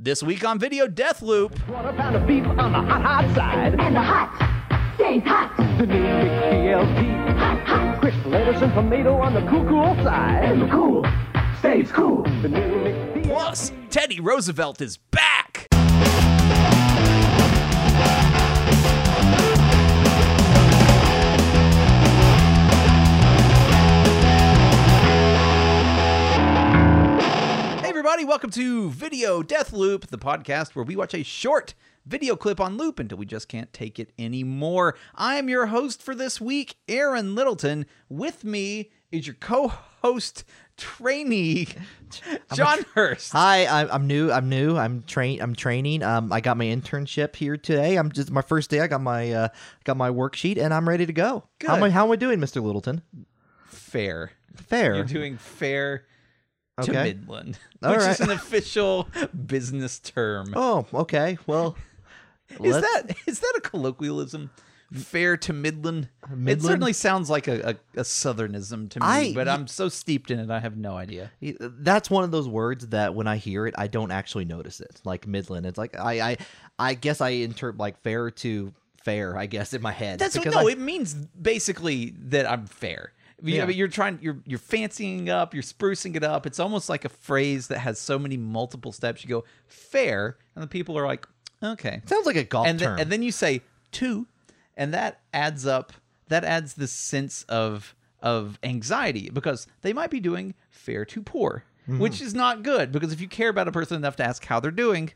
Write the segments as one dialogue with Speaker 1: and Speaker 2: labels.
Speaker 1: This week on Video Death Loop,
Speaker 2: Brought a pound of beef on the hot, hot side.
Speaker 3: and the hot stays hot.
Speaker 2: The new big BLT. Hot, hot. Crisp lettuce and tomato on the cool, cool side.
Speaker 3: The cool stays cool.
Speaker 2: The new McBLT.
Speaker 1: plus Teddy Roosevelt is back. Hey everybody, welcome to Video Death Loop, the podcast where we watch a short video clip on loop until we just can't take it anymore. I am your host for this week, Aaron Littleton. With me is your co-host trainee, John Hurst.
Speaker 4: Hi, I'm, I'm new. I'm new. I'm train. I'm training. Um, I got my internship here today. I'm just my first day. I got my uh, got my worksheet, and I'm ready to go. How am I,
Speaker 1: Good.
Speaker 4: how am I doing, Mister Littleton?
Speaker 1: Fair.
Speaker 4: Fair.
Speaker 1: You're doing fair to
Speaker 4: Okay.
Speaker 1: Midland,
Speaker 4: All
Speaker 1: which is
Speaker 4: right.
Speaker 1: an official business term.
Speaker 4: oh, okay. Well,
Speaker 1: is
Speaker 4: let's-
Speaker 1: that is that a colloquialism? Fair to Midland? It
Speaker 4: Midland?
Speaker 1: certainly sounds like a, a, a Southernism to me,
Speaker 4: I-
Speaker 1: but I'm so steeped in it, I have no idea.
Speaker 4: that's one of those words that when I hear it, I don't actually notice it. Like Midland, it's like I I I guess I interpret like fair to fair. I guess in my head.
Speaker 1: That's
Speaker 4: Because
Speaker 1: no.
Speaker 4: I-
Speaker 1: it means basically that I'm fair. You
Speaker 4: Yeah.
Speaker 1: know, you're trying, you're you're fancying up, you're sprucing it up. It's almost like a phrase that has so many multiple steps. You go fair, and the people are like, okay,
Speaker 4: sounds like a golf
Speaker 1: and then,
Speaker 4: term.
Speaker 1: and then you say two, and that adds up. That adds this sense of of anxiety because they might be doing fair to poor,
Speaker 4: Mm-hmm.
Speaker 1: which is not good. Because if you care about a person enough to ask how they're doing,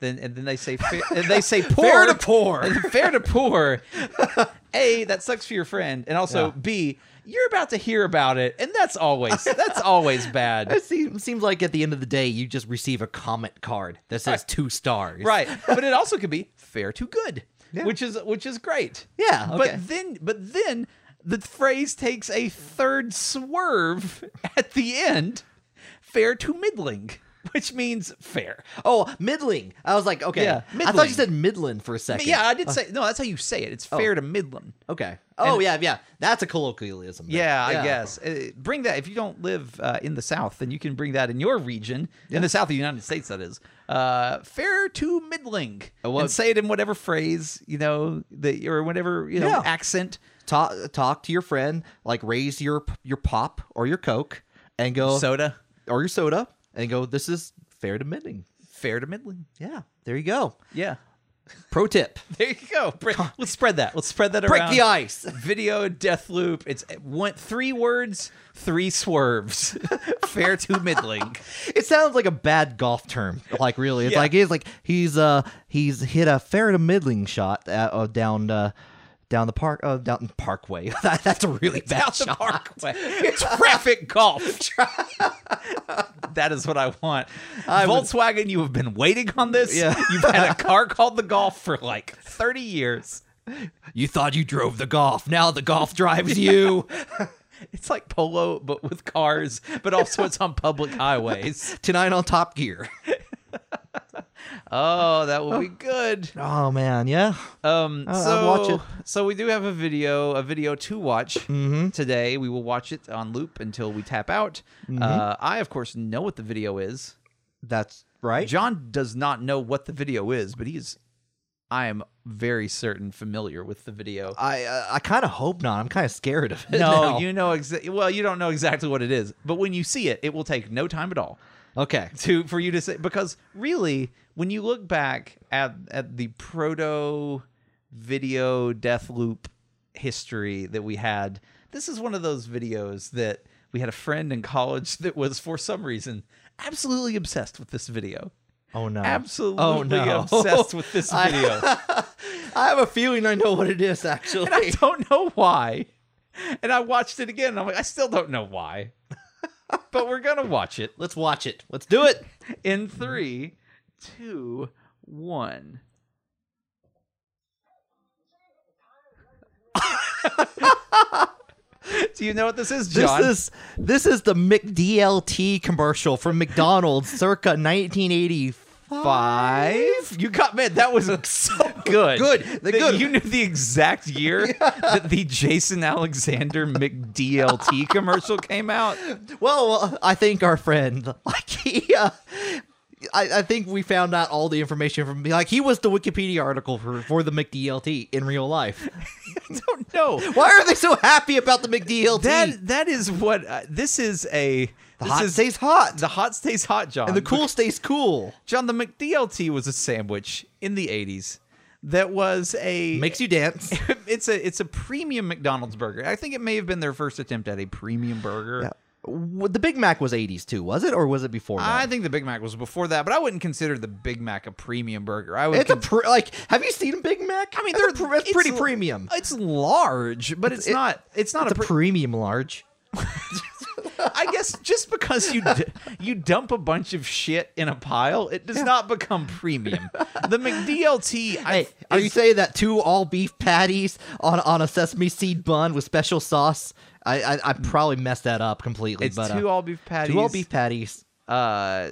Speaker 1: then and then they say fair, and they say poor
Speaker 4: Fair to poor.
Speaker 1: and then fair to poor. A that sucks for your friend, and also
Speaker 4: Yeah.
Speaker 1: B you're about to hear about it, and that's always that's always bad.
Speaker 4: it seems, seems like at the end of the day, you just receive a comment card that says two stars.
Speaker 1: right but it also could be fair to good
Speaker 4: Yeah.
Speaker 1: which is which is great
Speaker 4: Yeah, okay.
Speaker 1: but then but then the phrase takes a third swerve at the end fair to middling which means fair
Speaker 4: Oh, middling. I was like, okay.
Speaker 1: Yeah,
Speaker 4: I thought
Speaker 1: middling.
Speaker 4: you said Midland for a
Speaker 1: But
Speaker 4: second.
Speaker 1: yeah i did say no that's how you say it it's fair to middling
Speaker 4: Okay. Oh
Speaker 1: And-
Speaker 4: yeah, yeah. That's a colloquialism. then.
Speaker 1: yeah, I guess. Uh, bring that if you don't live uh, in the South, then you can bring that in your region, in the South of the United States, that is. Uh, fair to middling,
Speaker 4: well-
Speaker 1: and say it in whatever phrase you know that or whatever you know
Speaker 4: Yeah.
Speaker 1: accent.
Speaker 4: Talk talk to your friend. Like raise your your pop or your coke and go
Speaker 1: soda.
Speaker 4: or your soda and go. This is fair to middling.
Speaker 1: Fair to middling.
Speaker 4: Yeah. There you go.
Speaker 1: Yeah.
Speaker 4: Pro tip.
Speaker 1: There you go. Bre- Let's spread that. Let's spread that
Speaker 4: Break
Speaker 1: around.
Speaker 4: the ice.
Speaker 1: Video death loop. It's one, three words, three swerves. Fair to middling.
Speaker 4: It sounds like a bad golf term. Like really, it's
Speaker 1: Yeah.
Speaker 4: like it's like he's uh he's hit a fair to middling shot at, uh, down uh down the park uh, down the Parkway. That- that's a really bad
Speaker 1: Out the
Speaker 4: shot.
Speaker 1: parkway. It's traffic golf. that is what I want. Volkswagen, you have been waiting on this.
Speaker 4: Yeah.
Speaker 1: You've had a car called the Golf for like 30 years.
Speaker 4: You thought you drove the golf. Now the golf drives you.
Speaker 1: It's like polo, but with cars, but also it's on public highways.
Speaker 4: Tonight on Top Gear.
Speaker 1: Oh, that will be good.
Speaker 4: Oh man, yeah.
Speaker 1: Um,
Speaker 4: I'll
Speaker 1: so,
Speaker 4: watch it. Mm-hmm.
Speaker 1: so we do have a video, a video to watch today. We will watch it on loop until we tap out.
Speaker 4: Mm-hmm.
Speaker 1: Uh, I, of course, know what the video is.
Speaker 4: That's right.
Speaker 1: John does not know what the video is, but he's, I am very certain, familiar with the video.
Speaker 4: I uh, I kind of hope not. I'm kind of scared of it.
Speaker 1: no,
Speaker 4: now.
Speaker 1: you know exactly. Well, you don't know exactly what it is, but when you see it, it will take no time at all
Speaker 4: Okay.
Speaker 1: to for you to say because really when you look back at at the proto video death loop history that we had this is one of those videos that we had a friend in college that was for some reason absolutely obsessed with this video
Speaker 4: Oh no.
Speaker 1: absolutely
Speaker 4: Oh no.
Speaker 1: obsessed with this
Speaker 4: I-
Speaker 1: video
Speaker 4: I have a feeling I know what it is
Speaker 1: I
Speaker 4: actually.
Speaker 1: don't know why. And I watched it again. And I'm like, I still don't know why. but we're gonna watch it
Speaker 4: Let's watch it. Let's do it.
Speaker 1: in three, two, one. Do you know what this is, John?
Speaker 4: This is this is the McDLT commercial from McDonald's circa 1985.
Speaker 1: five. You got man, that was so good.
Speaker 4: Good.
Speaker 1: That
Speaker 4: Good.
Speaker 1: You knew the exact year that the Jason Alexander McDLT commercial came out.
Speaker 4: Well, I think our friend, like he, uh, I, I think we found out all the information from like he was the Wikipedia article for, for the McDLT in real life.
Speaker 1: I don't know.
Speaker 4: Why are they so happy about the McDLT?
Speaker 1: That that is what uh, this is a
Speaker 4: the
Speaker 1: this
Speaker 4: hot
Speaker 1: is
Speaker 4: stays hot
Speaker 1: the hot stays hot, John.
Speaker 4: and the cool stays cool.
Speaker 1: John, the McDLT was a sandwich in the '80s that was a
Speaker 4: Makes you dance.
Speaker 1: it's a it's a premium McDonald's burger. I think it may have been their first attempt at a premium burger.
Speaker 4: W- The Big Mac was 80s too, was it? Or was it before that?
Speaker 1: I think the Big Mac was before that, but I wouldn't consider the Big Mac a premium burger. I would.
Speaker 4: It's a
Speaker 1: cons-
Speaker 4: pr- like. Have you seen a Big Mac?
Speaker 1: I mean,
Speaker 4: That's a
Speaker 1: they're
Speaker 4: pr- that's pretty
Speaker 1: it's-
Speaker 4: premium.
Speaker 1: It's large, but it's,
Speaker 4: it-
Speaker 1: not. It's not
Speaker 4: It's
Speaker 1: a. Pre-
Speaker 4: premium large.
Speaker 1: I guess just because you d- you dump a bunch of shit in a pile, it does not become premium. The McDLT. I,
Speaker 4: Hey, are you
Speaker 1: is-
Speaker 4: saying that two all beef patties on, on a sesame seed bun with special sauce? I I, I probably messed that up completely.
Speaker 1: It's
Speaker 4: but,
Speaker 1: two
Speaker 4: uh,
Speaker 1: all beef patties.
Speaker 4: two all beef patties.
Speaker 1: Uh,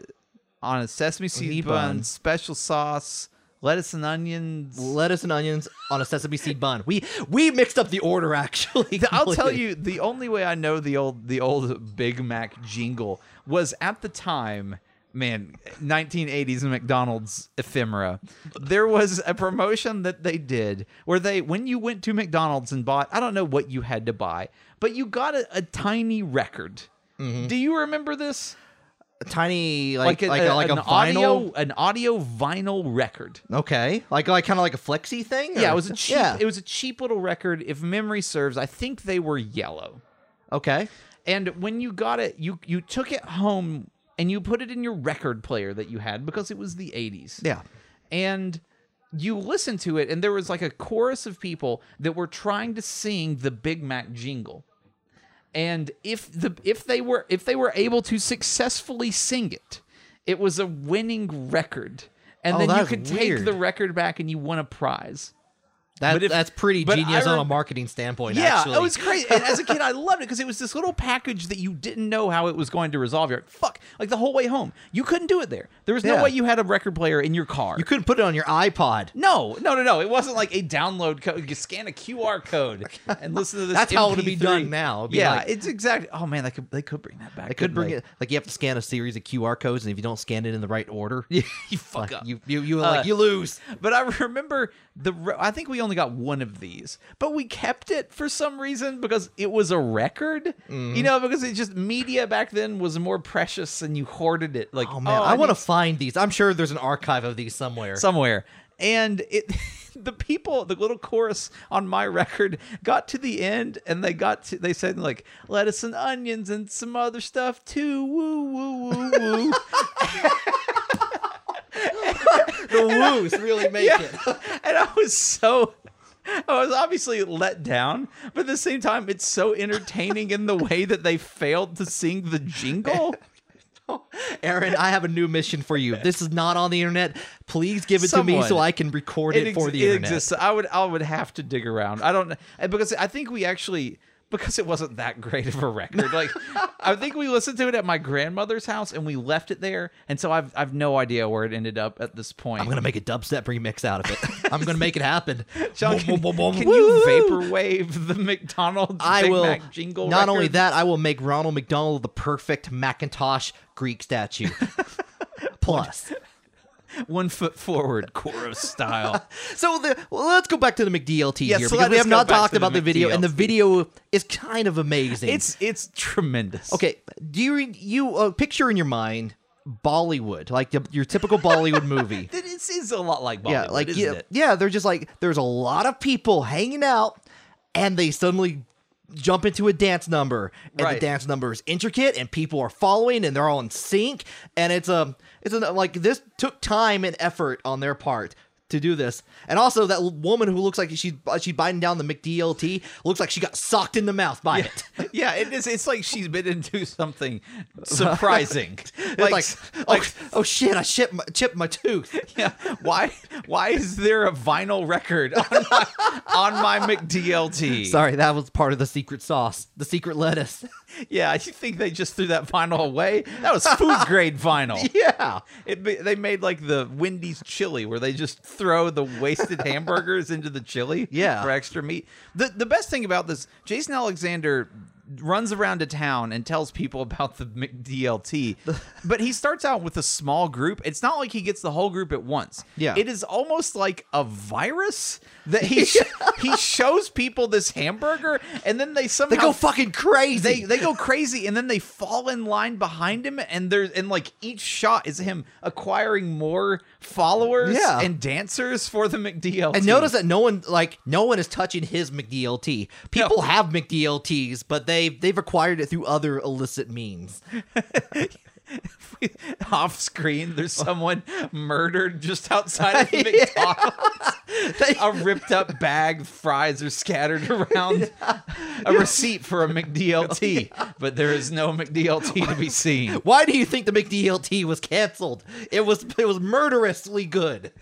Speaker 1: on a sesame seed
Speaker 4: Meat
Speaker 1: bun,
Speaker 4: bun.
Speaker 1: special sauce, lettuce and onions.
Speaker 4: lettuce and onions on a sesame seed bun. We we mixed up the order actually.
Speaker 1: I'll tell
Speaker 4: completely.
Speaker 1: you the only way I know the old the old Big Mac jingle was at the time, man, 1980s McDonald's ephemera. There was a promotion that they did where they when you went to McDonald's and bought, I don't know what you had to buy, but you got a, a tiny record. Do you remember this?
Speaker 4: a tiny Mm-hmm. like like
Speaker 1: a-
Speaker 4: a, like a,
Speaker 1: an
Speaker 4: vinyl.
Speaker 1: audio an audio vinyl record.
Speaker 4: Okay, like like kind of like a flexi thing.
Speaker 1: Yeah,
Speaker 4: or-
Speaker 1: it was a cheap
Speaker 4: Yeah.
Speaker 1: it was a cheap little record. If memory serves, I think they were yellow.
Speaker 4: okay.
Speaker 1: And when you got it, you you took it home and you put it in your record player that you had because it was the 80s.
Speaker 4: Yeah.
Speaker 1: And you listened to it and there was like a chorus of people that were trying to sing the Big Mac jingle. And if the if they were if they were able to successfully sing it, it was a winning record. And
Speaker 4: Oh,
Speaker 1: then you
Speaker 4: that's
Speaker 1: could take
Speaker 4: weird.
Speaker 1: the record back and you won a prize.
Speaker 4: That,
Speaker 1: But if-
Speaker 4: that's pretty
Speaker 1: but I
Speaker 4: genius on a
Speaker 1: rem-
Speaker 4: marketing standpoint.
Speaker 1: Yeah,
Speaker 4: actually.
Speaker 1: it was crazy. And as a kid, I loved it because it was this little package that you didn't know how it was going to resolve. You're like, fuck, like the whole way home. You couldn't do it there. There was no
Speaker 4: Yeah.
Speaker 1: way you had a record player in your car.
Speaker 4: You couldn't put it on your iPod.
Speaker 1: no, no, no, no. It wasn't like a download code. You scan a QR code and listen to this.
Speaker 4: That's how it would be
Speaker 1: MP3.
Speaker 4: done now. It'd be
Speaker 1: Yeah,
Speaker 4: like-
Speaker 1: it's exactly. Oh man, they could they could bring that back.
Speaker 4: I could bring
Speaker 1: couldn't
Speaker 4: it like you have to scan a series of QR codes, and if you don't scan it in the right order, you
Speaker 1: fuck up.
Speaker 4: You you you, like,
Speaker 1: Uh,
Speaker 4: you lose.
Speaker 1: But I remember the. re- I think we only got one of these, but we kept it for some reason because it was a record.
Speaker 4: Mm-hmm.
Speaker 1: You know, because it just media back then was more precious, and you hoarded it. Like,
Speaker 4: Oh man, I, want to
Speaker 1: need
Speaker 4: find these. I'm sure there's an archive of these somewhere.
Speaker 1: somewhere. And it, the people, the little chorus on my record got to the end, and they got to. They said like lettuce and onions and some other stuff too. Woo woo woo woo.
Speaker 4: the woos really make it.
Speaker 1: and I was so I was obviously let down, but at the same time, it's so entertaining in the way that they failed to sing the jingle.
Speaker 4: Aaron, I have a new mission for you. This is not on the internet. Please give it to me
Speaker 1: Someone.
Speaker 4: so I can record it,
Speaker 1: ex-
Speaker 4: for the
Speaker 1: it
Speaker 4: internet.
Speaker 1: exists. I would I would have to dig around. I don't know because I think we actually because it wasn't that great of a record. Like I think we listened to it at my grandmother's house and we left it there, and so I've I've no idea where it ended up at this point.
Speaker 4: I'm gonna make a dubstep remix out of it. I'm gonna make it happen.
Speaker 1: John,
Speaker 4: Boom,
Speaker 1: can,
Speaker 4: boom, boom, boom.
Speaker 1: can you
Speaker 4: Woo!
Speaker 1: vaporwave the McDonald's
Speaker 4: I
Speaker 1: Big
Speaker 4: will
Speaker 1: Mac jingle?
Speaker 4: Not only
Speaker 1: record?
Speaker 4: that, I will make Ronald McDonald the perfect Macintosh Greek statue. Plus,
Speaker 1: one foot forward, Koro style.
Speaker 4: so the well, let's go back to the McDLT
Speaker 1: Yeah,
Speaker 4: here
Speaker 1: so
Speaker 4: because we
Speaker 1: let's
Speaker 4: have
Speaker 1: go
Speaker 4: not
Speaker 1: back
Speaker 4: talked
Speaker 1: to the
Speaker 4: about the, video, and the
Speaker 1: McDLT.
Speaker 4: video is kind of amazing.
Speaker 1: It's it's tremendous.
Speaker 4: Okay, do you you uh, picture in your mind Bollywood, like the, your typical Bollywood movie?
Speaker 1: It is, is a lot like Bollywood,
Speaker 4: yeah, like
Speaker 1: isn't
Speaker 4: yeah,
Speaker 1: it?
Speaker 4: yeah, they're just like there's a lot of people hanging out, and they suddenly jump into a dance number, and
Speaker 1: Right.
Speaker 4: the dance number is intricate, and people are following, and they're all in sync, and it's a it's a, like this took time and effort on their part. To do this, and also that woman who looks like she's she's biting down the McDLT looks like she got socked in the mouth by it.
Speaker 1: Yeah, it is. It's like she's been into something surprising.
Speaker 4: It's
Speaker 1: like, like,
Speaker 4: like, oh, oh shit, I chipped my, chipped my tooth.
Speaker 1: yeah, why why is there a vinyl record on my, on my McDLT?
Speaker 4: Sorry, that was part of the secret sauce, the secret lettuce.
Speaker 1: Yeah, you think they just threw that vinyl away? That was food grade vinyl.
Speaker 4: yeah.
Speaker 1: It be, they made like the Wendy's chili where they just throw the wasted hamburgers into the chili
Speaker 4: Yeah.
Speaker 1: for extra meat. The the best thing about this Jason Alexander runs around to town and tells people about the McDLT. but he starts out with a small group. It's not like he gets the whole group at once.
Speaker 4: Yeah.
Speaker 1: It is almost like a virus that he sh- he shows people this hamburger and then they somehow
Speaker 4: They go fucking crazy.
Speaker 1: they they go crazy and then they fall in line behind him and there's and like each shot is him acquiring more followers
Speaker 4: Yeah.
Speaker 1: and dancers for the McDLT.
Speaker 4: And notice that no one like no one is touching his McDLT. People
Speaker 1: No.
Speaker 4: have McDLTs, but they they've acquired it through other illicit means.
Speaker 1: off screen there's someone murdered just outside of McDonald's. a ripped up bag of fries are scattered around a receipt for a McDLT, but there is no McDLT to be seen.
Speaker 4: Why do you think the McDLT was canceled? It was it was murderously good.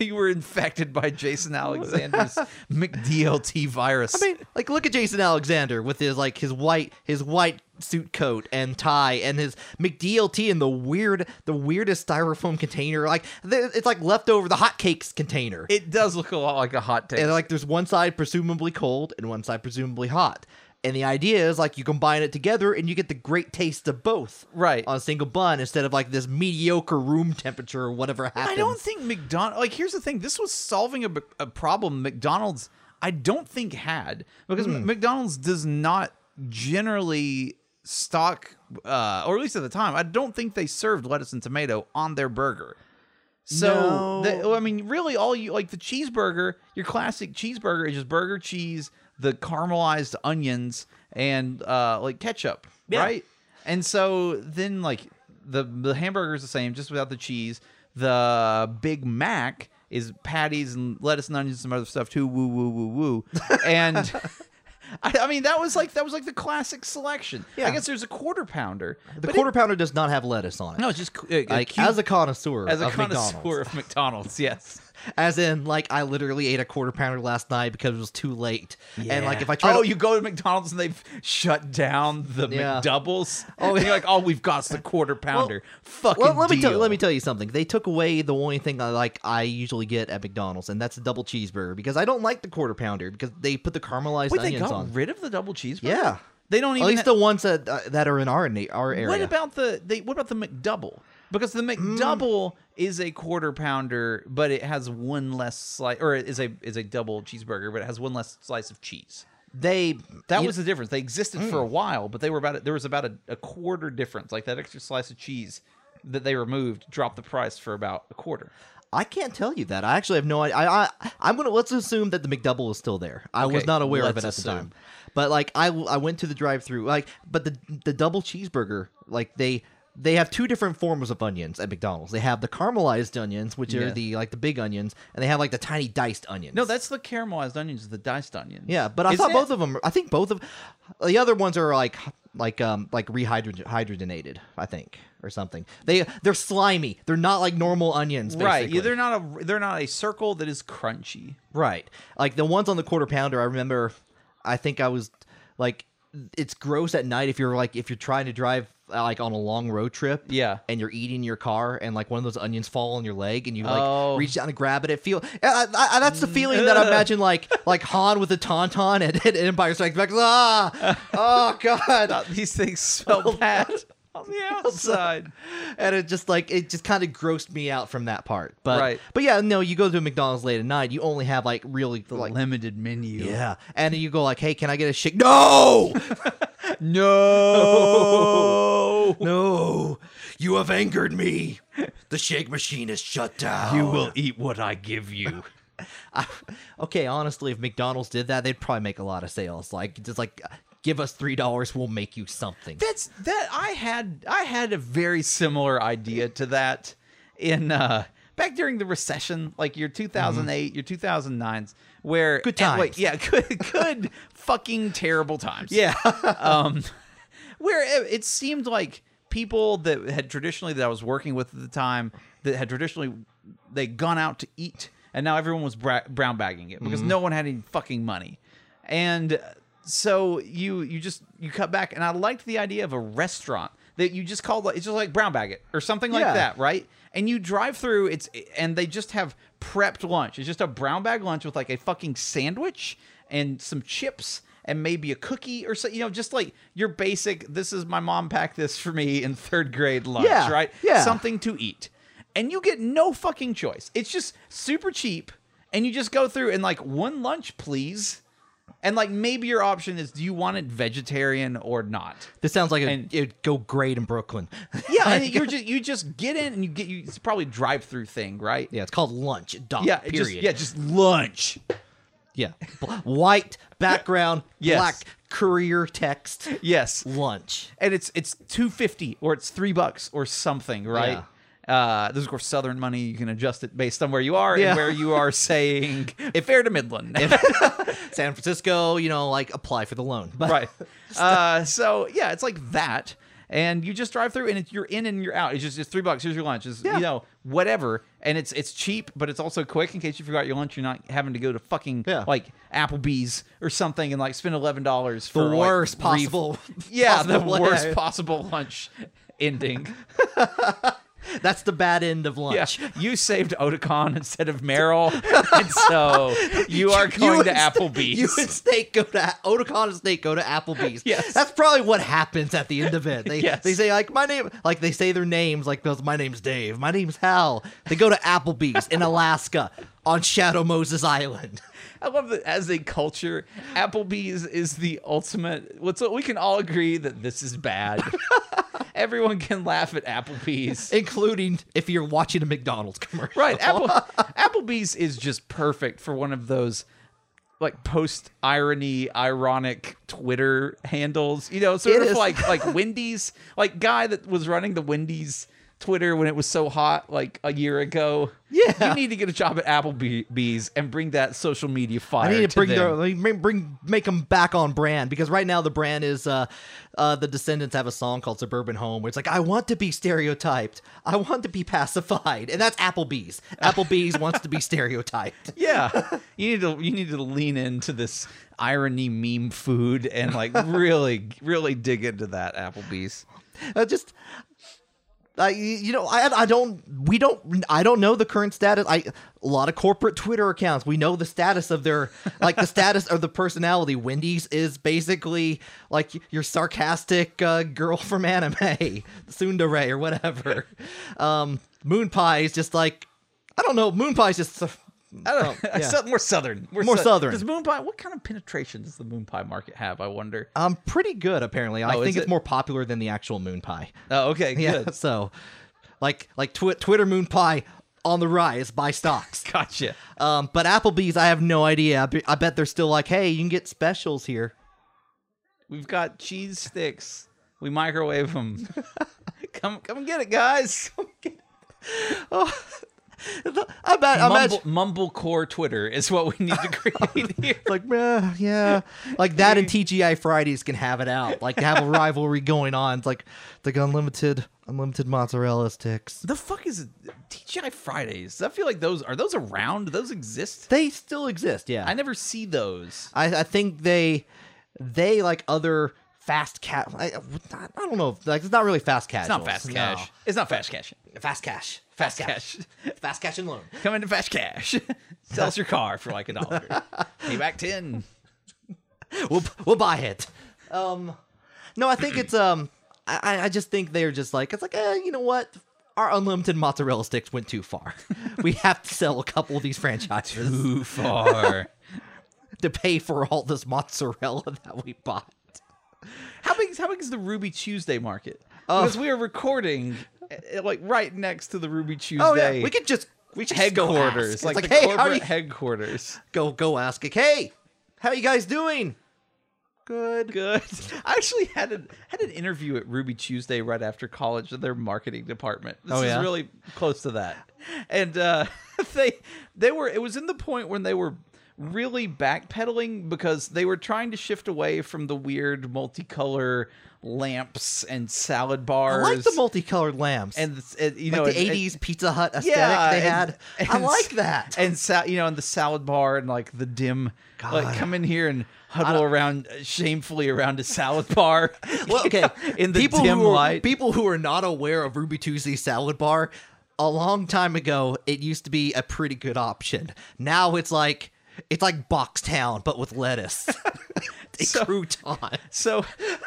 Speaker 1: You were infected by Jason Alexander's McDLT virus.
Speaker 4: I mean, like look at Jason Alexander with his like his white his white suit coat and tie and his McDLT in the weird the weirdest styrofoam container. Like th- it's like leftover the hotcakes container.
Speaker 1: It does look a lot like a hot take.
Speaker 4: and like there's one side presumably cold and one side presumably hot. And the idea is like you combine it together and you get the great taste of both.
Speaker 1: Right.
Speaker 4: On a single bun instead of like this mediocre room temperature or whatever happens.
Speaker 1: I don't think McDonald. Like, here's the thing: this was solving a, a problem McDonald's I don't think had because
Speaker 4: Hmm.
Speaker 1: McDonald's does not generally stock, uh, or at least at the time, I don't think they served lettuce and tomato on their burger. So,
Speaker 4: No.
Speaker 1: the- well, I mean, really, all you like the cheeseburger, your classic cheeseburger is just burger cheese, the caramelized onions, and uh, like ketchup,
Speaker 4: Yeah.
Speaker 1: right? And so then, like the the hamburger is the same, just without the cheese. The Big Mac is patties and lettuce and onions and some other stuff too. Woo woo woo woo. And I, I mean, that was like that was like the classic selection. I
Speaker 4: Yeah.
Speaker 1: guess there's a quarter pounder.
Speaker 4: the
Speaker 1: but
Speaker 4: quarter pounder does not have lettuce on it.
Speaker 1: It, no, it's just c- a- a
Speaker 4: like
Speaker 1: cube-
Speaker 4: as a connoisseur
Speaker 1: as a
Speaker 4: of
Speaker 1: connoisseur
Speaker 4: McDonald's.
Speaker 1: of McDonald's. Yes.
Speaker 4: As in, like, I literally ate a quarter pounder last night because it was too late. And like, if I try
Speaker 1: oh,
Speaker 4: to,
Speaker 1: you go to McDonald's and they've shut down the
Speaker 4: Yeah.
Speaker 1: McDoubles.
Speaker 4: Oh,
Speaker 1: Oh, and you're like, oh, we've got the quarter pounder. Fucking
Speaker 4: well, let me
Speaker 1: deal.
Speaker 4: tell let me tell you something. They took away the only thing I like I usually get at McDonald's, and that's a double cheeseburger because I don't like the quarter pounder because they put the caramelized
Speaker 1: Wait, they
Speaker 4: onions
Speaker 1: got
Speaker 4: on.
Speaker 1: rid of the double cheeseburger.
Speaker 4: Yeah.
Speaker 1: they don't even.
Speaker 4: At least
Speaker 1: ha-
Speaker 4: the ones that uh, that are in our na- our area. Mm.
Speaker 1: what about the they? What about the McDouble? Because the McDouble is a quarter pounder, but it has one less slice, or is a is a double cheeseburger, but it has one less slice of cheese.
Speaker 4: they?
Speaker 1: That
Speaker 4: you- Mm.
Speaker 1: was the difference. They existed for a while, but they were about a, there was about a, a quarter difference. Like that extra slice of cheese that they removed dropped the price for about a quarter.
Speaker 4: I can't tell you that. I actually have no idea. I, I I'm gonna let's assume that the McDouble is still there. I
Speaker 1: Okay,
Speaker 4: was not aware of it
Speaker 1: let's
Speaker 4: at the
Speaker 1: assume.
Speaker 4: time. But like I, w- I went to the drive-through like but the the double cheeseburger like they they have two different forms of onions at McDonald's. They have the caramelized onions, which
Speaker 1: Yeah.
Speaker 4: are the like the big onions, and they have like the tiny diced onions.
Speaker 1: No, that's the caramelized onions, the diced onions.
Speaker 4: yeah. But I
Speaker 1: Isn't
Speaker 4: thought both
Speaker 1: it?
Speaker 4: of them. I think both of the other ones are like like um like rehydrogenated, I think, or something. They they're slimy. They're not like normal onions. Basically.
Speaker 1: right. Yeah, they're not a they're not a circle that is crunchy.
Speaker 4: Right. Like the ones on the quarter pounder, I remember I think I was like it's gross at night if you're like if you're trying to drive uh, like on a long road trip
Speaker 1: Yeah.
Speaker 4: and you're eating your car and like one of those onions fall on your leg and you like
Speaker 1: Oh.
Speaker 4: reach down and grab it it feel I, I, I- that's the feeling that I imagine like like Han with the tauntaun and, and Empire Strikes Back ah oh god
Speaker 1: These things smell bad on the outside.
Speaker 4: and it just like it just kind of grossed me out from that part but
Speaker 1: Right.
Speaker 4: but yeah no you go to a McDonald's late at night you only have like really like
Speaker 1: Limited menu.
Speaker 4: Yeah, and you go like, "Hey, can I get a shake?" No, Oh!
Speaker 1: No.
Speaker 4: no, you have angered me. The shake machine is shut down.
Speaker 1: You will eat what I give you.
Speaker 4: I, okay, honestly, if McDonald's did that, they'd probably make a lot of sales. Like, just like, give us three dollars, we'll make you something.
Speaker 1: That's that I had I had a very similar idea to that in uh back during the recession, like your 2008, your 2009s where
Speaker 4: Mm-hmm. Good
Speaker 1: and,
Speaker 4: times.
Speaker 1: yeah, good good fucking terrible times.
Speaker 4: Yeah,
Speaker 1: where it, it seemed like people that had traditionally that I was working with at the time that had traditionally they'd gone out to eat and now everyone was bra- brown bagging it because no one had any fucking money and so you you just you cut back and I liked the idea of a restaurant that you just called like it's just like brown bag it or something like
Speaker 4: Yeah.
Speaker 1: that right and you drive through it's and they just have prepped lunch it's just a brown bag lunch with like a fucking sandwich and some chips and maybe a cookie or so. You know, just like your basic. This is my mom packed this for me in third grade lunch,
Speaker 4: Yeah,
Speaker 1: right?
Speaker 4: yeah.
Speaker 1: something to eat, and you get no fucking choice. It's just super cheap, and you just go through and like one lunch, please. And like maybe your option is, do you want it vegetarian or not?
Speaker 4: This sounds like
Speaker 1: And-
Speaker 4: it it'd go great in Brooklyn.
Speaker 1: Yeah, and you're just you just get in and you get you. It's probably drive through thing, right?
Speaker 4: yeah, it's called lunch. Dot.
Speaker 1: yeah, it
Speaker 4: Period.
Speaker 1: just, yeah, just lunch.
Speaker 4: Yeah. Bl- White background,
Speaker 1: Yes.
Speaker 4: black career text,
Speaker 1: Yes,
Speaker 4: lunch.
Speaker 1: and it's it's two fifty or it's three bucks or something, right? Uh, this is of course Southern money. You can adjust it based on where you are
Speaker 4: Yeah.
Speaker 1: and where you are saying if fair to Midland,
Speaker 4: San Francisco, you know, like apply for the loan. But
Speaker 1: right? Uh, so yeah, it's like that, and you just drive through and it's, you're in and you're out. It's just it's three bucks. Here's your lunch. It's,
Speaker 4: Yeah.
Speaker 1: You know whatever, and it's it's cheap, but it's also quick in case you forgot your lunch. You're not having to go to fucking
Speaker 4: Yeah.
Speaker 1: like Applebee's or something and like spend eleven dollars
Speaker 4: the
Speaker 1: for like,
Speaker 4: worst
Speaker 1: re-
Speaker 4: possible.
Speaker 1: yeah, the
Speaker 4: possible
Speaker 1: worst
Speaker 4: way.
Speaker 1: possible lunch ending.
Speaker 4: That's the bad end of lunch.
Speaker 1: Yeah, you saved Otakon instead of Meryl, and so you are going to
Speaker 4: and-
Speaker 1: Applebee's.
Speaker 4: You and Snake go to Otakon and Snake go to Applebee's.
Speaker 1: Yes.
Speaker 4: that's probably what happens at the end of it. They
Speaker 1: Yes.
Speaker 4: they say like my name, like they say their names, like because my name's Dave, my name's Hal. They go to Applebee's in Alaska on Shadow Moses Island.
Speaker 1: I love that as a culture, Applebee's is the ultimate. What's we can all agree that this is bad. Everyone can laugh at Applebee's.
Speaker 4: including if you're watching a McDonald's commercial.
Speaker 1: Right. Apple, Applebee's is just perfect for one of those like post irony, ironic Twitter handles. You know, sort
Speaker 4: It
Speaker 1: of
Speaker 4: is.
Speaker 1: like like Wendy's, like guy that was running the Wendy's Twitter when it was so hot like a year ago.
Speaker 4: Yeah.
Speaker 1: you need to get a job at Applebee's and bring that social media fire.
Speaker 4: I need to bring
Speaker 1: them.
Speaker 4: their, bring, bring make them back on brand because right now the brand is uh, uh, the Descendants have a song called Suburban Home where it's like I want to be stereotyped, I want to be pacified, and that's Applebee's. Applebee's wants to be stereotyped.
Speaker 1: Yeah, you need to you need to lean into this irony meme food and like really really dig into that Applebee's.
Speaker 4: I Uh, just. I, you know, I, I don't, we don't, I don't know the current status. I, a lot of corporate Twitter accounts, we know the status of their, like the status of the personality. Wendy's is basically like your sarcastic uh, girl from anime, Tsundere or whatever. Um, Moon Pie is just like, I don't know, Moon Pie is just,
Speaker 1: I don't know.
Speaker 4: Oh, yeah.
Speaker 1: Sou- More southern.
Speaker 4: More
Speaker 1: sou-
Speaker 4: southern.
Speaker 1: Does moon pie? What kind of penetration does the moon pie market have? I wonder.
Speaker 4: um, pretty good apparently. I
Speaker 1: Oh, is
Speaker 4: think it's
Speaker 1: it?
Speaker 4: more popular than the actual Moon Pie.
Speaker 1: Oh, okay,
Speaker 4: Yeah.
Speaker 1: good.
Speaker 4: So, like, like twi- Twitter Moon Pie on the rise, buy stocks.
Speaker 1: Gotcha.
Speaker 4: Um, but Applebee's, I have no idea. I, be- I bet they're still like, hey, you can get specials here.
Speaker 1: We've got cheese sticks. We microwave them. come come get it, guys.
Speaker 4: I bet. I
Speaker 1: Mumble,
Speaker 4: bet.
Speaker 1: mumblecore Twitter is what we need to create here.
Speaker 4: Like, meh, yeah, like that and TGI Fridays can have it out. Like, have a rivalry going on. It's like, it's like unlimited, unlimited mozzarella sticks.
Speaker 1: The fuck is it? TGI Fridays? I feel like those are those around. Do those exist?
Speaker 4: They still exist. Yeah,
Speaker 1: I never see those.
Speaker 4: I, I think they they like other fast cat. I, I don't know. if- Like it's not really fast cash.
Speaker 1: It's not fast cash. It's not fast cash.
Speaker 4: Fast cash.
Speaker 1: Fast cash.
Speaker 4: Fast cash and loan.
Speaker 1: Come into fast cash. Sell us your car for like a dollar. Pay back ten.
Speaker 4: we'll we'll buy it. Um, no, I think it's um, I- I I just think they're just like it's like eh, you know what. Our unlimited mozzarella sticks went too far. we have to sell a couple of these franchises
Speaker 1: Too far.
Speaker 4: to pay for all this mozzarella that we bought.
Speaker 1: how big? How big is the Ruby Tuesday market?
Speaker 4: Oh.
Speaker 1: because we are recording eh, like right next to the Ruby Tuesday.
Speaker 4: Oh, we could just we just go ask.
Speaker 1: headquarters,
Speaker 4: It's
Speaker 1: like, the
Speaker 4: hey, how are
Speaker 1: corporate
Speaker 4: you?
Speaker 1: headquarters.
Speaker 4: go go ask like, hey, how you guys doing? Good.
Speaker 1: Good. I actually had an had an interview at Ruby Tuesday right after college in their marketing department. This
Speaker 4: Oh, yeah?
Speaker 1: is really close to that. And uh, they they were it was in the point when they were really backpedaling because they were trying to shift away from the weird multicolor lamps and salad
Speaker 4: I
Speaker 1: bars.
Speaker 4: like the multicolored lamps and
Speaker 1: and, the- and, you
Speaker 4: like
Speaker 1: know
Speaker 4: the
Speaker 1: and- and-
Speaker 4: '80s Pizza Hut aesthetic
Speaker 1: yeah,
Speaker 4: they
Speaker 1: and-
Speaker 4: had. I
Speaker 1: and-
Speaker 4: like that.
Speaker 1: And sa- you know, and the salad bar and like the dim,
Speaker 4: God.
Speaker 1: like come in here and huddle around uh, shamefully around a salad bar.
Speaker 4: Well, okay.
Speaker 1: in the
Speaker 4: people
Speaker 1: dim
Speaker 4: who are,
Speaker 1: light.
Speaker 4: People who are not aware of Ruby Tuesday Salad Bar, a long time ago, it used to be a pretty good option. Now it's like it's like Box Town, but with lettuce. a
Speaker 1: So-
Speaker 4: crouton.
Speaker 1: So,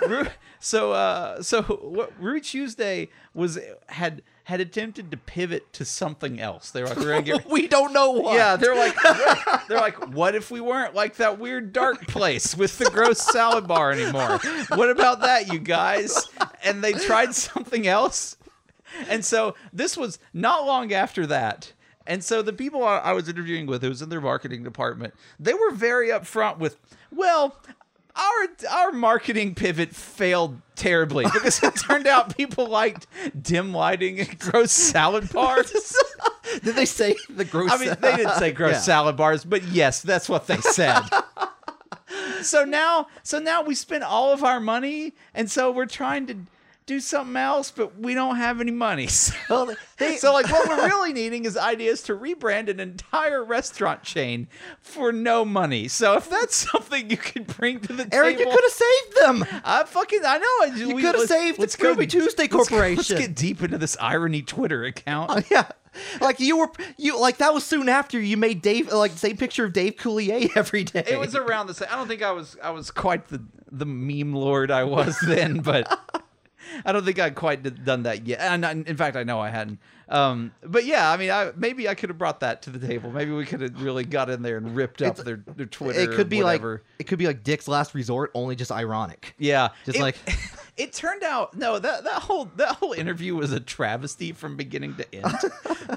Speaker 1: Ru- so, uh, so what Rue Tuesday was had had attempted to pivot to something else. They were like, we're gonna get
Speaker 4: we don't know what.
Speaker 1: Yeah, they're like they're, they're like, what if we weren't like that weird dark place with the gross salad bar anymore? What about that, you guys? And they tried something else. And so this was not long after that. And so the people I I was interviewing with, who was in their marketing department, they were very upfront with, well, our our marketing pivot failed terribly because it turned out people liked dim lighting and gross salad bars.
Speaker 4: Did they say the gross?
Speaker 1: I mean, they didn't say gross
Speaker 4: Yeah.
Speaker 1: salad bars, but yes, that's what they said. so now, so now we spent all of our money, and so we're trying to do something else, but we don't have any money. So,
Speaker 4: Well, they-
Speaker 1: so like, what we're really needing is ideas to rebrand an entire restaurant chain for no money. So if that's something you could bring to the
Speaker 4: Eric, you
Speaker 1: table,
Speaker 4: could have saved them.
Speaker 1: I fucking I know.
Speaker 4: You
Speaker 1: we-
Speaker 4: coulda
Speaker 1: let's-
Speaker 4: saved the
Speaker 1: let's go-
Speaker 4: Groovy Tuesday
Speaker 1: let's go- Let's,
Speaker 4: Corporation.
Speaker 1: get deep into this irony Twitter account.
Speaker 4: Yeah. Like you were you like that was soon after you made Dave like same picture of Dave Coulier every day.
Speaker 1: it was around the same. I don't think I was I was quite the the meme lord I was then, but I don't think I quite did, done that yet. And I, in fact, I know I hadn't. Um, but yeah, I mean, I maybe I could have brought that to the table. Maybe we could have really got in there and ripped up
Speaker 4: It's-
Speaker 1: their their Twitter.
Speaker 4: it
Speaker 1: or
Speaker 4: could be
Speaker 1: whatever.
Speaker 4: like it could be like Dick's last resort, only just ironic.
Speaker 1: Yeah,
Speaker 4: Just
Speaker 1: It-
Speaker 4: like-
Speaker 1: it turned out. No, that that whole that whole interview was a travesty from beginning to end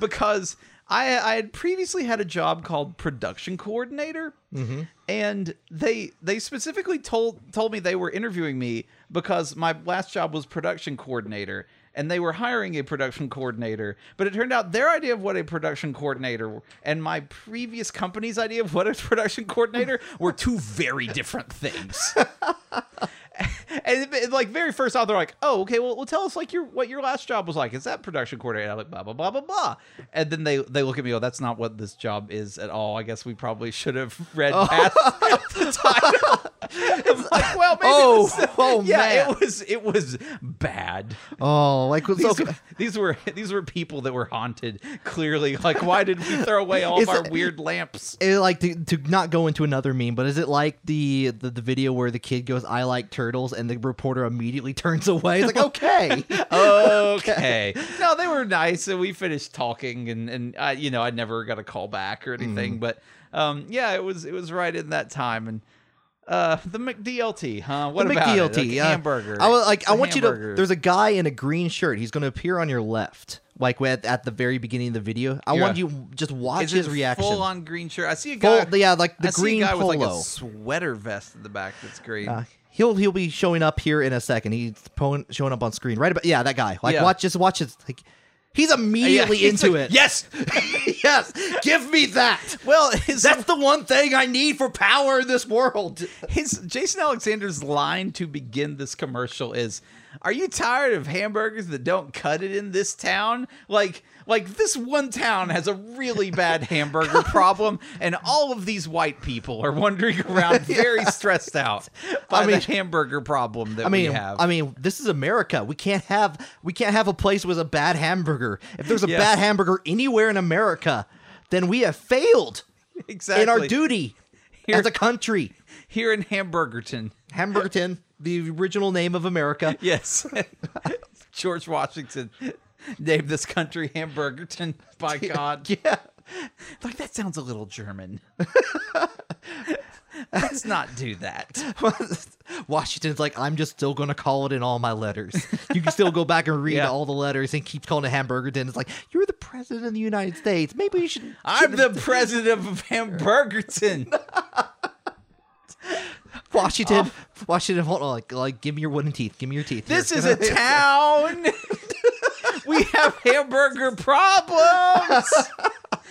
Speaker 1: because I I had previously had a job called production coordinator,
Speaker 4: Mm-hmm.
Speaker 1: and they they specifically told told me they were interviewing me because my last job was production coordinator. And they were hiring a production coordinator, but it turned out their idea of what a production coordinator and my previous company's idea of what a production coordinator were two very different things and it- it, like very first off, they're like, "Oh, okay. Well, well, tell us like your what your last job was like. Is that production coordinator?" And I'm like, "Blah blah blah blah blah." And then they they look at me, "Oh, that's not what this job is at all. I guess we probably should have read
Speaker 4: Oh.
Speaker 1: past the title." I'm like, "Well, maybe
Speaker 4: Oh,
Speaker 1: this-
Speaker 4: oh,
Speaker 1: yeah,
Speaker 4: man.
Speaker 1: it was it was bad."
Speaker 4: Oh, like so,
Speaker 1: These, these were these were people that were haunted. Clearly, like why did we throw away all of
Speaker 4: It's
Speaker 1: our
Speaker 4: a-
Speaker 1: weird lamps?
Speaker 4: it, like to, to not go into another meme, but is it like the, the the video where the kid goes, "I like turtles," and the reporter immediately turns away? It's like okay,
Speaker 1: okay. No, they were nice, and we finished talking, and and I, you know, I never got a call back or
Speaker 4: Mm.
Speaker 1: anything, but um, yeah, it was it was right in that time, and uh, the McDLT, huh? What
Speaker 4: The
Speaker 1: about it?
Speaker 4: McDLT,
Speaker 1: Like,
Speaker 4: yeah.
Speaker 1: hamburger?
Speaker 4: I was like,
Speaker 1: It's
Speaker 4: I
Speaker 1: a
Speaker 4: want you
Speaker 1: hamburger.
Speaker 4: to. There's a guy in a green shirt. He's going to appear on your left, like at, at the very beginning of the video. I want
Speaker 1: Yeah.
Speaker 4: you to just watch
Speaker 1: Is
Speaker 4: his
Speaker 1: it
Speaker 4: reaction.
Speaker 1: Full on green shirt. I see a
Speaker 4: Full-
Speaker 1: guy.
Speaker 4: yeah, like the
Speaker 1: I see
Speaker 4: green
Speaker 1: a guy with like
Speaker 4: polo.
Speaker 1: a sweater vest in the back that's green.
Speaker 4: Uh, he'll he'll be showing up here in a second. He's po- showing up on screen right about. Yeah, that guy. Like
Speaker 1: Yeah.
Speaker 4: watch, just watch it. Like he's immediately
Speaker 1: Yeah, he's
Speaker 4: into
Speaker 1: like,
Speaker 4: it.
Speaker 1: Yes.
Speaker 4: yes, give me that.
Speaker 1: Well, his,
Speaker 4: That's the one thing I need for power in this world.
Speaker 1: his Jason Alexander's line to begin this commercial is, "Are you tired of hamburgers that don't cut it in this town? Like, like this one town has a really bad hamburger problem, and all of these white people are wandering around very stressed out by
Speaker 4: mean-
Speaker 1: the hamburger problem that
Speaker 4: I mean,
Speaker 1: we have."
Speaker 4: I mean, this is America. We can't have we can't have a place with a bad hamburger. If there's a
Speaker 1: Yeah.
Speaker 4: bad hamburger anywhere in America, then we have failed
Speaker 1: exactly.
Speaker 4: in our duty
Speaker 1: Here-
Speaker 4: as a country.
Speaker 1: here in Hamburgerton,
Speaker 4: Hamburgerton, the original name of America.
Speaker 1: yes, George Washington named this country Hamburgerton. By God,
Speaker 4: Yeah.
Speaker 1: Like that sounds a little German. Let's not do that.
Speaker 4: Washington's like, I'm just still going to call it in all my letters. You can still go back and read
Speaker 1: Yeah.
Speaker 4: all the letters and keep calling it Hamburgerton. It's like, you're the president of the United States. Maybe you should.
Speaker 1: I'm the president of Hamburgerton.
Speaker 4: Washington, Washington, hold on. Like, like, give me your wooden teeth. Give me your teeth.
Speaker 1: um, This
Speaker 4: Here.
Speaker 1: is a town. we have hamburger problems.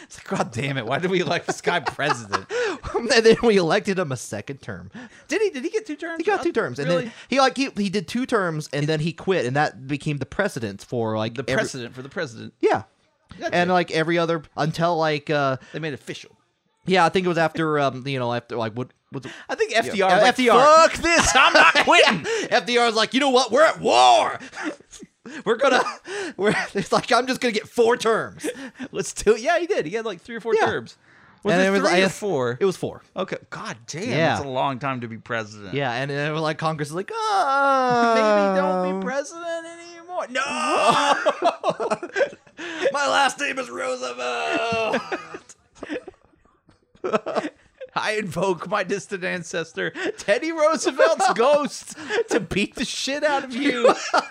Speaker 1: It's like, God damn it! Why did we elect this guy president?
Speaker 4: and then we elected him a second term.
Speaker 1: Did he? Did he get two terms?
Speaker 4: He got two terms, and
Speaker 1: really?
Speaker 4: then he like he, he did two terms, and then he quit, and that became the precedent for like
Speaker 1: the
Speaker 4: every-
Speaker 1: precedent for the president.
Speaker 4: yeah,
Speaker 1: Gotcha.
Speaker 4: and like every other until like uh
Speaker 1: They made it official.
Speaker 4: yeah, I think it was after um you know after like what what.
Speaker 1: I think FDR.
Speaker 4: Yeah,
Speaker 1: was like,
Speaker 4: FDR.
Speaker 1: Fuck this! I'm not quitting.
Speaker 4: FDR is like, you know what? We're at war. We're gonna. We're. It's like I'm just gonna get four terms.
Speaker 1: Let's do it. Yeah, he did. He had like three or four
Speaker 4: Yeah.
Speaker 1: terms. Was
Speaker 4: and
Speaker 1: it
Speaker 4: was
Speaker 1: three
Speaker 4: I
Speaker 1: or
Speaker 4: guess-
Speaker 1: four?
Speaker 4: It was four.
Speaker 1: Okay. God damn,
Speaker 4: Yeah.
Speaker 1: it's a long time to be president.
Speaker 4: Yeah, and it was like Congress is like,
Speaker 1: Maybe
Speaker 4: oh,
Speaker 1: don't be president anymore. No.
Speaker 4: My last name is Roosevelt.
Speaker 1: I invoke my distant ancestor, Teddy Roosevelt's ghost, to beat the shit out of you. Teddy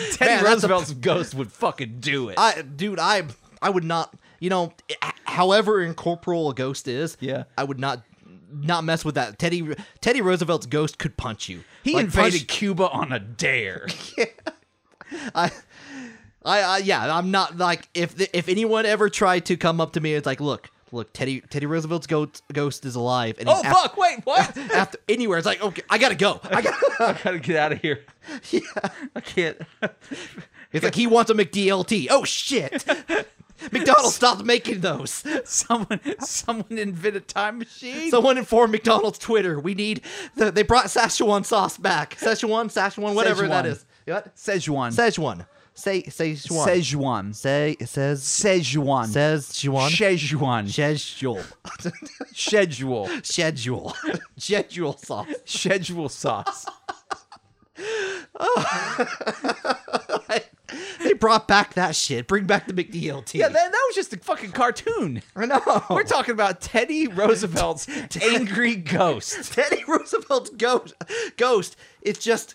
Speaker 4: Man, that's a-
Speaker 1: Roosevelt's ghost would fucking do it.
Speaker 4: I, dude, I, I would not. You know, h- however incorporeal a ghost is,
Speaker 1: Yeah.
Speaker 4: I would not, not mess with that. Teddy, Teddy Roosevelt's ghost could punch you.
Speaker 1: he
Speaker 4: Like, punch-
Speaker 1: invaded Cuba on a dare.
Speaker 4: I, I, I, yeah, I'm not like if the, if anyone ever tried to come up to me, it's like, look, look, Teddy Teddy Roosevelt's ghost ghost is alive. And he's
Speaker 1: oh
Speaker 4: after,
Speaker 1: fuck! Wait, what?
Speaker 4: After anywhere, it's like, okay, I gotta go. I gotta.
Speaker 1: I gotta get out of here. I can't.
Speaker 4: It's like he wants a McDLT. Oh shit! McDonald's stopped making those.
Speaker 1: Someone, someone invented a time machine.
Speaker 4: Someone informed McDonald's Twitter. We need. The, they brought Szechuan sauce back. Szechuan, Szechuan, whatever that
Speaker 1: Szechuan.
Speaker 4: is. What?
Speaker 1: Szechuan.
Speaker 4: Szechuan. Say Szechuan.
Speaker 1: Szechuan.
Speaker 4: Say it says
Speaker 1: Szechuan.
Speaker 4: Szechuan.
Speaker 1: Szechuan.
Speaker 4: Schedule.
Speaker 1: Schedule.
Speaker 4: Schedule. Schedule sauce.
Speaker 1: Schedule sauce.
Speaker 4: They brought back that shit. Bring back the McDLT.
Speaker 1: Yeah, that, that was just a fucking cartoon.
Speaker 4: I know.
Speaker 1: We're talking about Uh, Teddy Roosevelt's angry ghost.
Speaker 4: Teddy Roosevelt's ghost ghost is just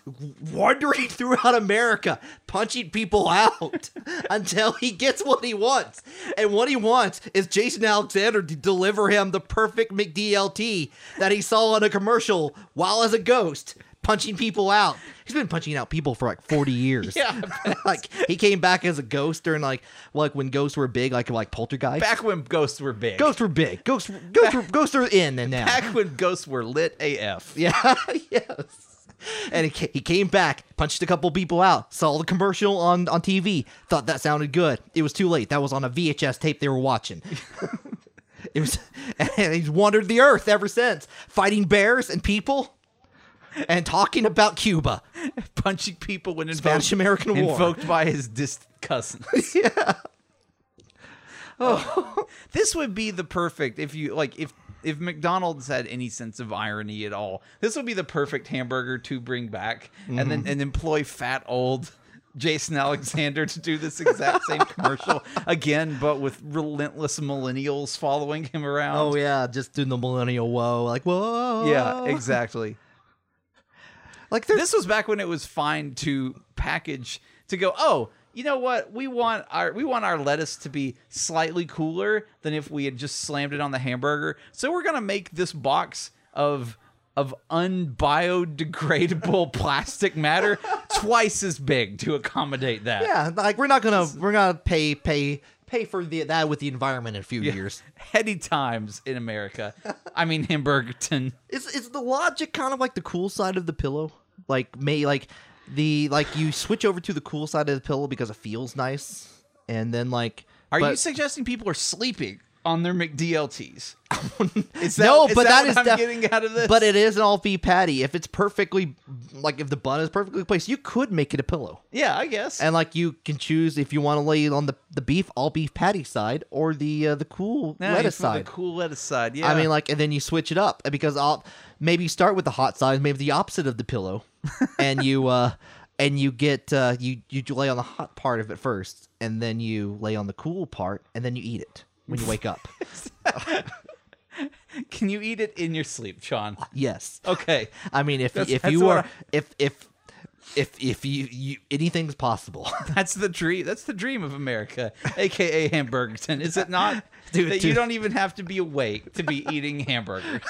Speaker 4: wandering throughout America, punching people out until he gets what he wants. And what he wants is Jason Alexander to deliver him the perfect McDLT that he saw on a commercial while as a ghost. Punching people out. He's been punching out people for like forty years.
Speaker 1: Yeah,
Speaker 4: like he came back as a ghost during like like when ghosts were big, like like poltergeist.
Speaker 1: Back when ghosts were big.
Speaker 4: ghosts were big. Ghosts ghosts were, ghosts are in and now.
Speaker 1: Back when ghosts were lit AF.
Speaker 4: Yeah, yes. And he, ca- he came back, punched a couple people out, saw the commercial on, on TV, thought that sounded good. It was too late. That was on a VHS tape they were watching. it was, and he's wandered the earth ever since, fighting bears and people, and talking about Cuba.
Speaker 1: Punching people when invoked,
Speaker 4: Spanish-American War.
Speaker 1: invoked by his distant cousins. yeah. Oh, this would be the perfect if you like if if McDonald's had any sense of irony at all. This would be the perfect hamburger to bring back and then and employ fat old Jason Alexander to do this exact same commercial again, but with relentless millennials following him around.
Speaker 4: Oh yeah, just doing the millennial whoa, like whoa.
Speaker 1: Oh, Yeah, exactly.
Speaker 4: Like there's
Speaker 1: This was back when it was fine to package to go, "Oh, you know what? We want our we want our lettuce to be slightly cooler than if we had just slammed it on the hamburger. So we're going to make this box of of unbiodegradable plastic matter twice as big to accommodate that.
Speaker 4: yeah, like we're not gonna we're gonna pay pay pay for the that with the environment in a few years.
Speaker 1: Heady times in America. I mean Hamburgerton.
Speaker 4: Is is the logic kind of like the cool side of the pillow? Like may like the like you switch over to the cool side of the pillow because it feels nice, and then like
Speaker 1: Are you
Speaker 4: but-
Speaker 1: suggesting people are sleeping on their McDLTs? Is
Speaker 4: no,
Speaker 1: is
Speaker 4: but
Speaker 1: that
Speaker 4: that
Speaker 1: what
Speaker 4: is
Speaker 1: I'm
Speaker 4: def-
Speaker 1: getting out of this.
Speaker 4: But it is an all beef patty. If it's perfectly like if the bun is perfectly placed, you could make it a pillow,
Speaker 1: yeah, I guess.
Speaker 4: and like you can choose if you want to lay it on the the beef all beef patty side or the uh, the cool
Speaker 1: Yeah,
Speaker 4: lettuce
Speaker 1: you put
Speaker 4: side.
Speaker 1: The cool lettuce side. Yeah.
Speaker 4: I mean, like, and then you switch it up because I'll maybe you start with the hot side, maybe the opposite of the pillow, and you uh, and you get uh, you you lay on the hot part of it first, and then you lay on the cool part, and then you eat it when you wake up.
Speaker 1: can you eat it in your sleep, Sean?
Speaker 4: yes,
Speaker 1: Okay.
Speaker 4: I mean if
Speaker 1: That's-
Speaker 4: if
Speaker 1: that's
Speaker 4: you
Speaker 1: what
Speaker 4: are
Speaker 1: I-
Speaker 4: if if if if you, you anything's possible.
Speaker 1: That's the dream. That's the dream of America, aka Hamburgerton. Is it not?
Speaker 4: Dude,
Speaker 1: that you
Speaker 4: dude.
Speaker 1: don't even have to be awake to be eating hamburgers.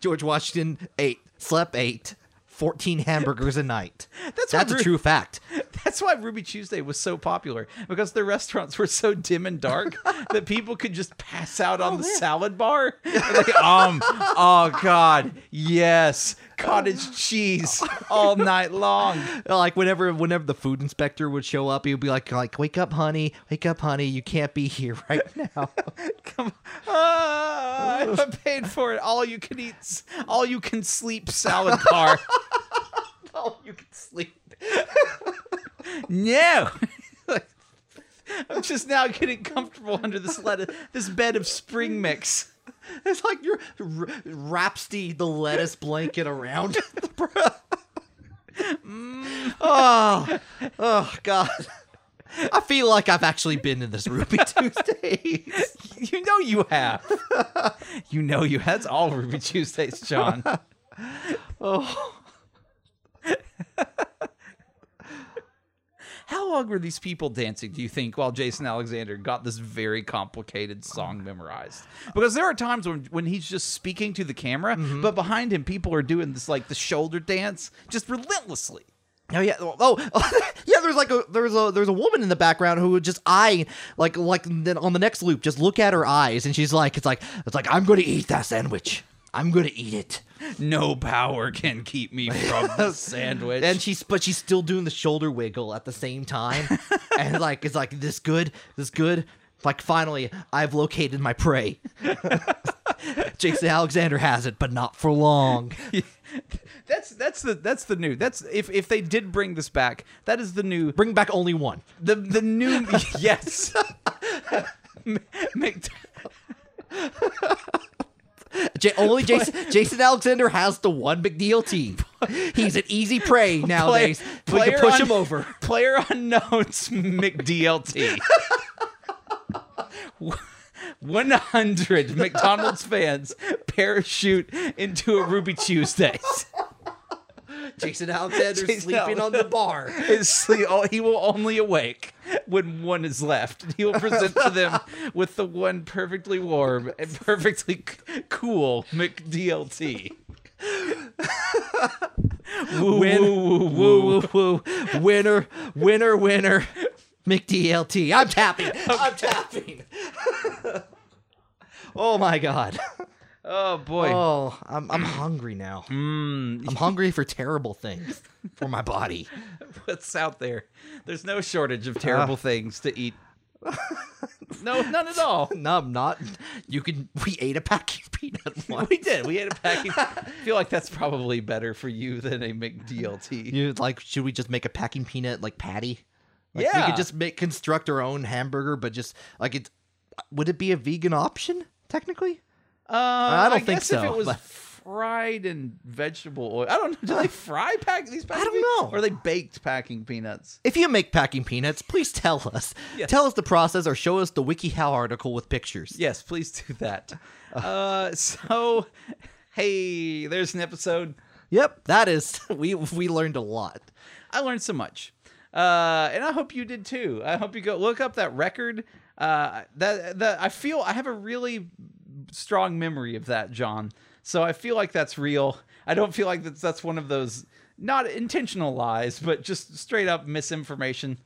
Speaker 4: George Washington ate, slept ate. 14 hamburgers a night.
Speaker 1: That's what
Speaker 4: That's a
Speaker 1: Ru-
Speaker 4: true fact.
Speaker 1: That's why Ruby Tuesday was so popular because their restaurants were so dim and dark that people could just pass out
Speaker 4: Oh,
Speaker 1: on the salad bar. Like, um, oh God, yes, cottage cheese all night long.
Speaker 4: like whenever whenever the food inspector would show up, he would be like, like wake up, honey, wake up, honey, you can't be here right now.
Speaker 1: Come ah, I paid for it. All you can eat, s- all you can sleep salad bar.
Speaker 4: oh, you can sleep.
Speaker 1: no. I'm just now getting comfortable under this let- this bed of spring mix.
Speaker 4: It's like you're r- wrapsty the lettuce blanket around. oh, oh God! I feel like I've actually been in this Ruby Tuesdays.
Speaker 1: You know you have. You know you. That's all Ruby Tuesdays, John.
Speaker 4: Oh,
Speaker 1: How long were these people dancing, do you think, while Jason Alexander got this very complicated song memorized? Because there are times when, when he's just speaking to the camera, but behind him, people are doing this, like the shoulder dance, just relentlessly.
Speaker 4: oh yeah. Oh, yeah. There's like a there's a there's a woman in the background who would just eye like like then on the next loop just look at her eyes and she's like it's like it's like I'm gonna eat that sandwich. I'm gonna eat it.
Speaker 1: No power can keep me from the sandwich.
Speaker 4: And she's but she's still doing the shoulder wiggle at the same time. and like it's like this good, this good. Like finally, I've located my prey. Jason Alexander has it, but not for long.
Speaker 1: that's that's the that's the new. That's if if they did bring this back, that is the new
Speaker 4: Bring back only one.
Speaker 1: the the new yes. M- Mc-
Speaker 4: J- only Jason Jason Alexander has the one McNeil He's an easy prey nowadays. we can push
Speaker 1: on-
Speaker 4: him over.
Speaker 1: Player unknowns McDLT. 100 McDonald's fans parachute into a Ruby Tuesdays.
Speaker 4: Jason Alexander
Speaker 1: Jason
Speaker 4: sleeping on the bar.
Speaker 1: His sleep, oh, he will only awake when one is left. And he will present to them with the one perfectly warm and perfectly c- cool McDLT. woo, woo, woo, woo,
Speaker 4: Woo woo woo. Winner, winner, winner. McDLT. I'm tapping. I'm tapping. oh my god.
Speaker 1: Oh, boy.
Speaker 4: Oh, I'm I'm hungry now. I'm hungry for terrible things for my body.
Speaker 1: what's out there. There's no shortage of terrible
Speaker 4: Ah.
Speaker 1: things to eat. no, none at all.
Speaker 4: No, I'm not. You can. We ate a pack of peanut once.
Speaker 1: We did. We ate a package. I feel like that's probably better for you than a McDLT.
Speaker 4: You like? Should we just make a packing peanut like patty? Like, We
Speaker 1: Yeah.
Speaker 4: could just make construct our own hamburger, but just like it. Would it be a vegan option technically?
Speaker 1: Uh, I
Speaker 4: don't think
Speaker 1: guess
Speaker 4: so,
Speaker 1: If it was
Speaker 4: but-
Speaker 1: fried in vegetable oil, I don't know. Do they fry pack these? Packing
Speaker 4: don't
Speaker 1: peanuts?
Speaker 4: know.
Speaker 1: Or are they baked packing peanuts?
Speaker 4: If you make packing peanuts, please tell us.
Speaker 1: Yes.
Speaker 4: Tell us the process or show us the WikiHow article with pictures.
Speaker 1: Yes, please do that. Uh, so, hey, there's an episode.
Speaker 4: Yep, that is we we learned a lot.
Speaker 1: I learned so much. Uh, and I hope you did too. I hope you go look up that record. Uh, that that I feel I have a really strong memory of that, John. So I feel like that's real. I don't feel like that's that's one of those not intentional lies, but just straight up misinformation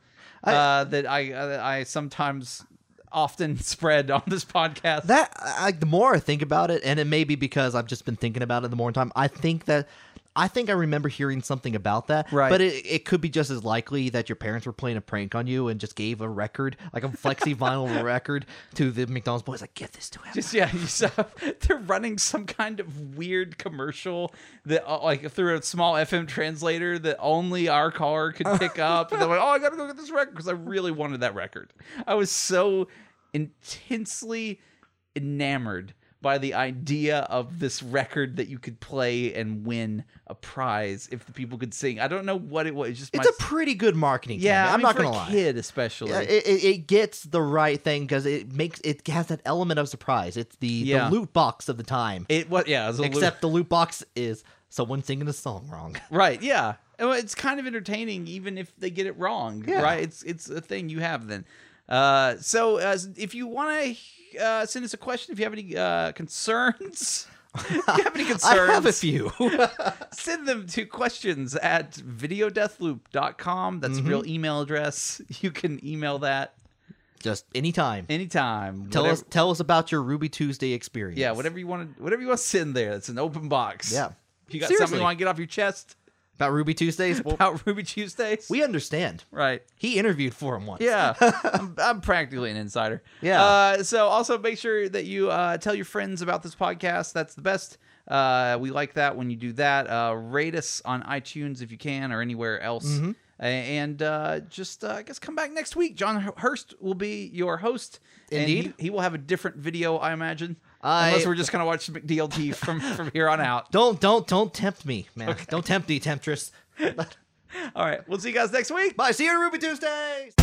Speaker 1: uh, that I uh, I sometimes often spread on this podcast.
Speaker 4: That I, the more I think about it, and it may be because I've just been thinking about it the more time. I think that I think I remember hearing something about that.
Speaker 1: Right.
Speaker 4: But it, it could be just as likely that your parents were playing a prank on you and just gave a record, like a flexi vinyl record, to the McDonald's boys. Like, give this to him.
Speaker 1: Just yeah, you saw they're running some kind of weird commercial that uh, like through a small FM translator that only our car could pick up. And they're like, "Oh, I gotta go get this record because I really wanted that record." I was so intensely enamored by the idea of this record that you could play and win a prize if the people could sing. I don't know what it was. It's just
Speaker 4: it's
Speaker 1: my,
Speaker 4: a pretty good marketing.
Speaker 1: yeah.
Speaker 4: campaign,
Speaker 1: I
Speaker 4: I'm
Speaker 1: mean,
Speaker 4: not
Speaker 1: for
Speaker 4: gonna
Speaker 1: a
Speaker 4: lie.
Speaker 1: kid especially.
Speaker 4: Yeah, it, it, it gets the right thing because it makes it has that element of surprise. It's the,
Speaker 1: Yeah.
Speaker 4: the loot box of the time,
Speaker 1: it was yeah. It was a little-
Speaker 4: except the loot box is someone singing a song wrong.
Speaker 1: Right. Yeah. And well, It's kind of entertaining, even if they get it wrong.
Speaker 4: Yeah.
Speaker 1: Right. It's it's a thing you have then. Uh, so uh, if you want to uh, send us a question, if you have any uh, concerns, if you have any concerns,
Speaker 4: I have a few.
Speaker 1: send them to questions at videodeathloop.com. That's a real
Speaker 4: Mm-hmm.
Speaker 1: email address. You can email that
Speaker 4: Just anytime.
Speaker 1: anytime.
Speaker 4: Tell
Speaker 1: whatever,
Speaker 4: us tell us about your Ruby Tuesday experience.
Speaker 1: Yeah. Whatever you want to, whatever you want to send there. It's an open box.
Speaker 4: Yeah.
Speaker 1: If you got something
Speaker 4: Seriously.
Speaker 1: you want to get off your chest
Speaker 4: About Ruby Tuesdays, well,
Speaker 1: about Ruby Tuesdays.
Speaker 4: we understand.
Speaker 1: right.
Speaker 4: He interviewed for him once.
Speaker 1: Yeah, I'm, I'm practically an insider.
Speaker 4: Yeah.
Speaker 1: Uh, so also make sure that you uh, tell your friends about this podcast. That's the best.
Speaker 4: Mm-hmm.
Speaker 1: Uh, we like that when you do that. Uh, rate us on iTunes if you can, or anywhere else A- And uh, just, uh, I guess, come back next week. John Hurst will be your host. and he-
Speaker 4: Indeed.
Speaker 1: he, will have a different video, I imagine.
Speaker 4: I-
Speaker 1: Unless we're just going to watch McDLT from, from here on out.
Speaker 4: Don't don't don't tempt me, man. Don't tempt me, temptress.
Speaker 1: All right. We'll see you guys next week.
Speaker 4: Bye. See you, Ruby Tuesdays.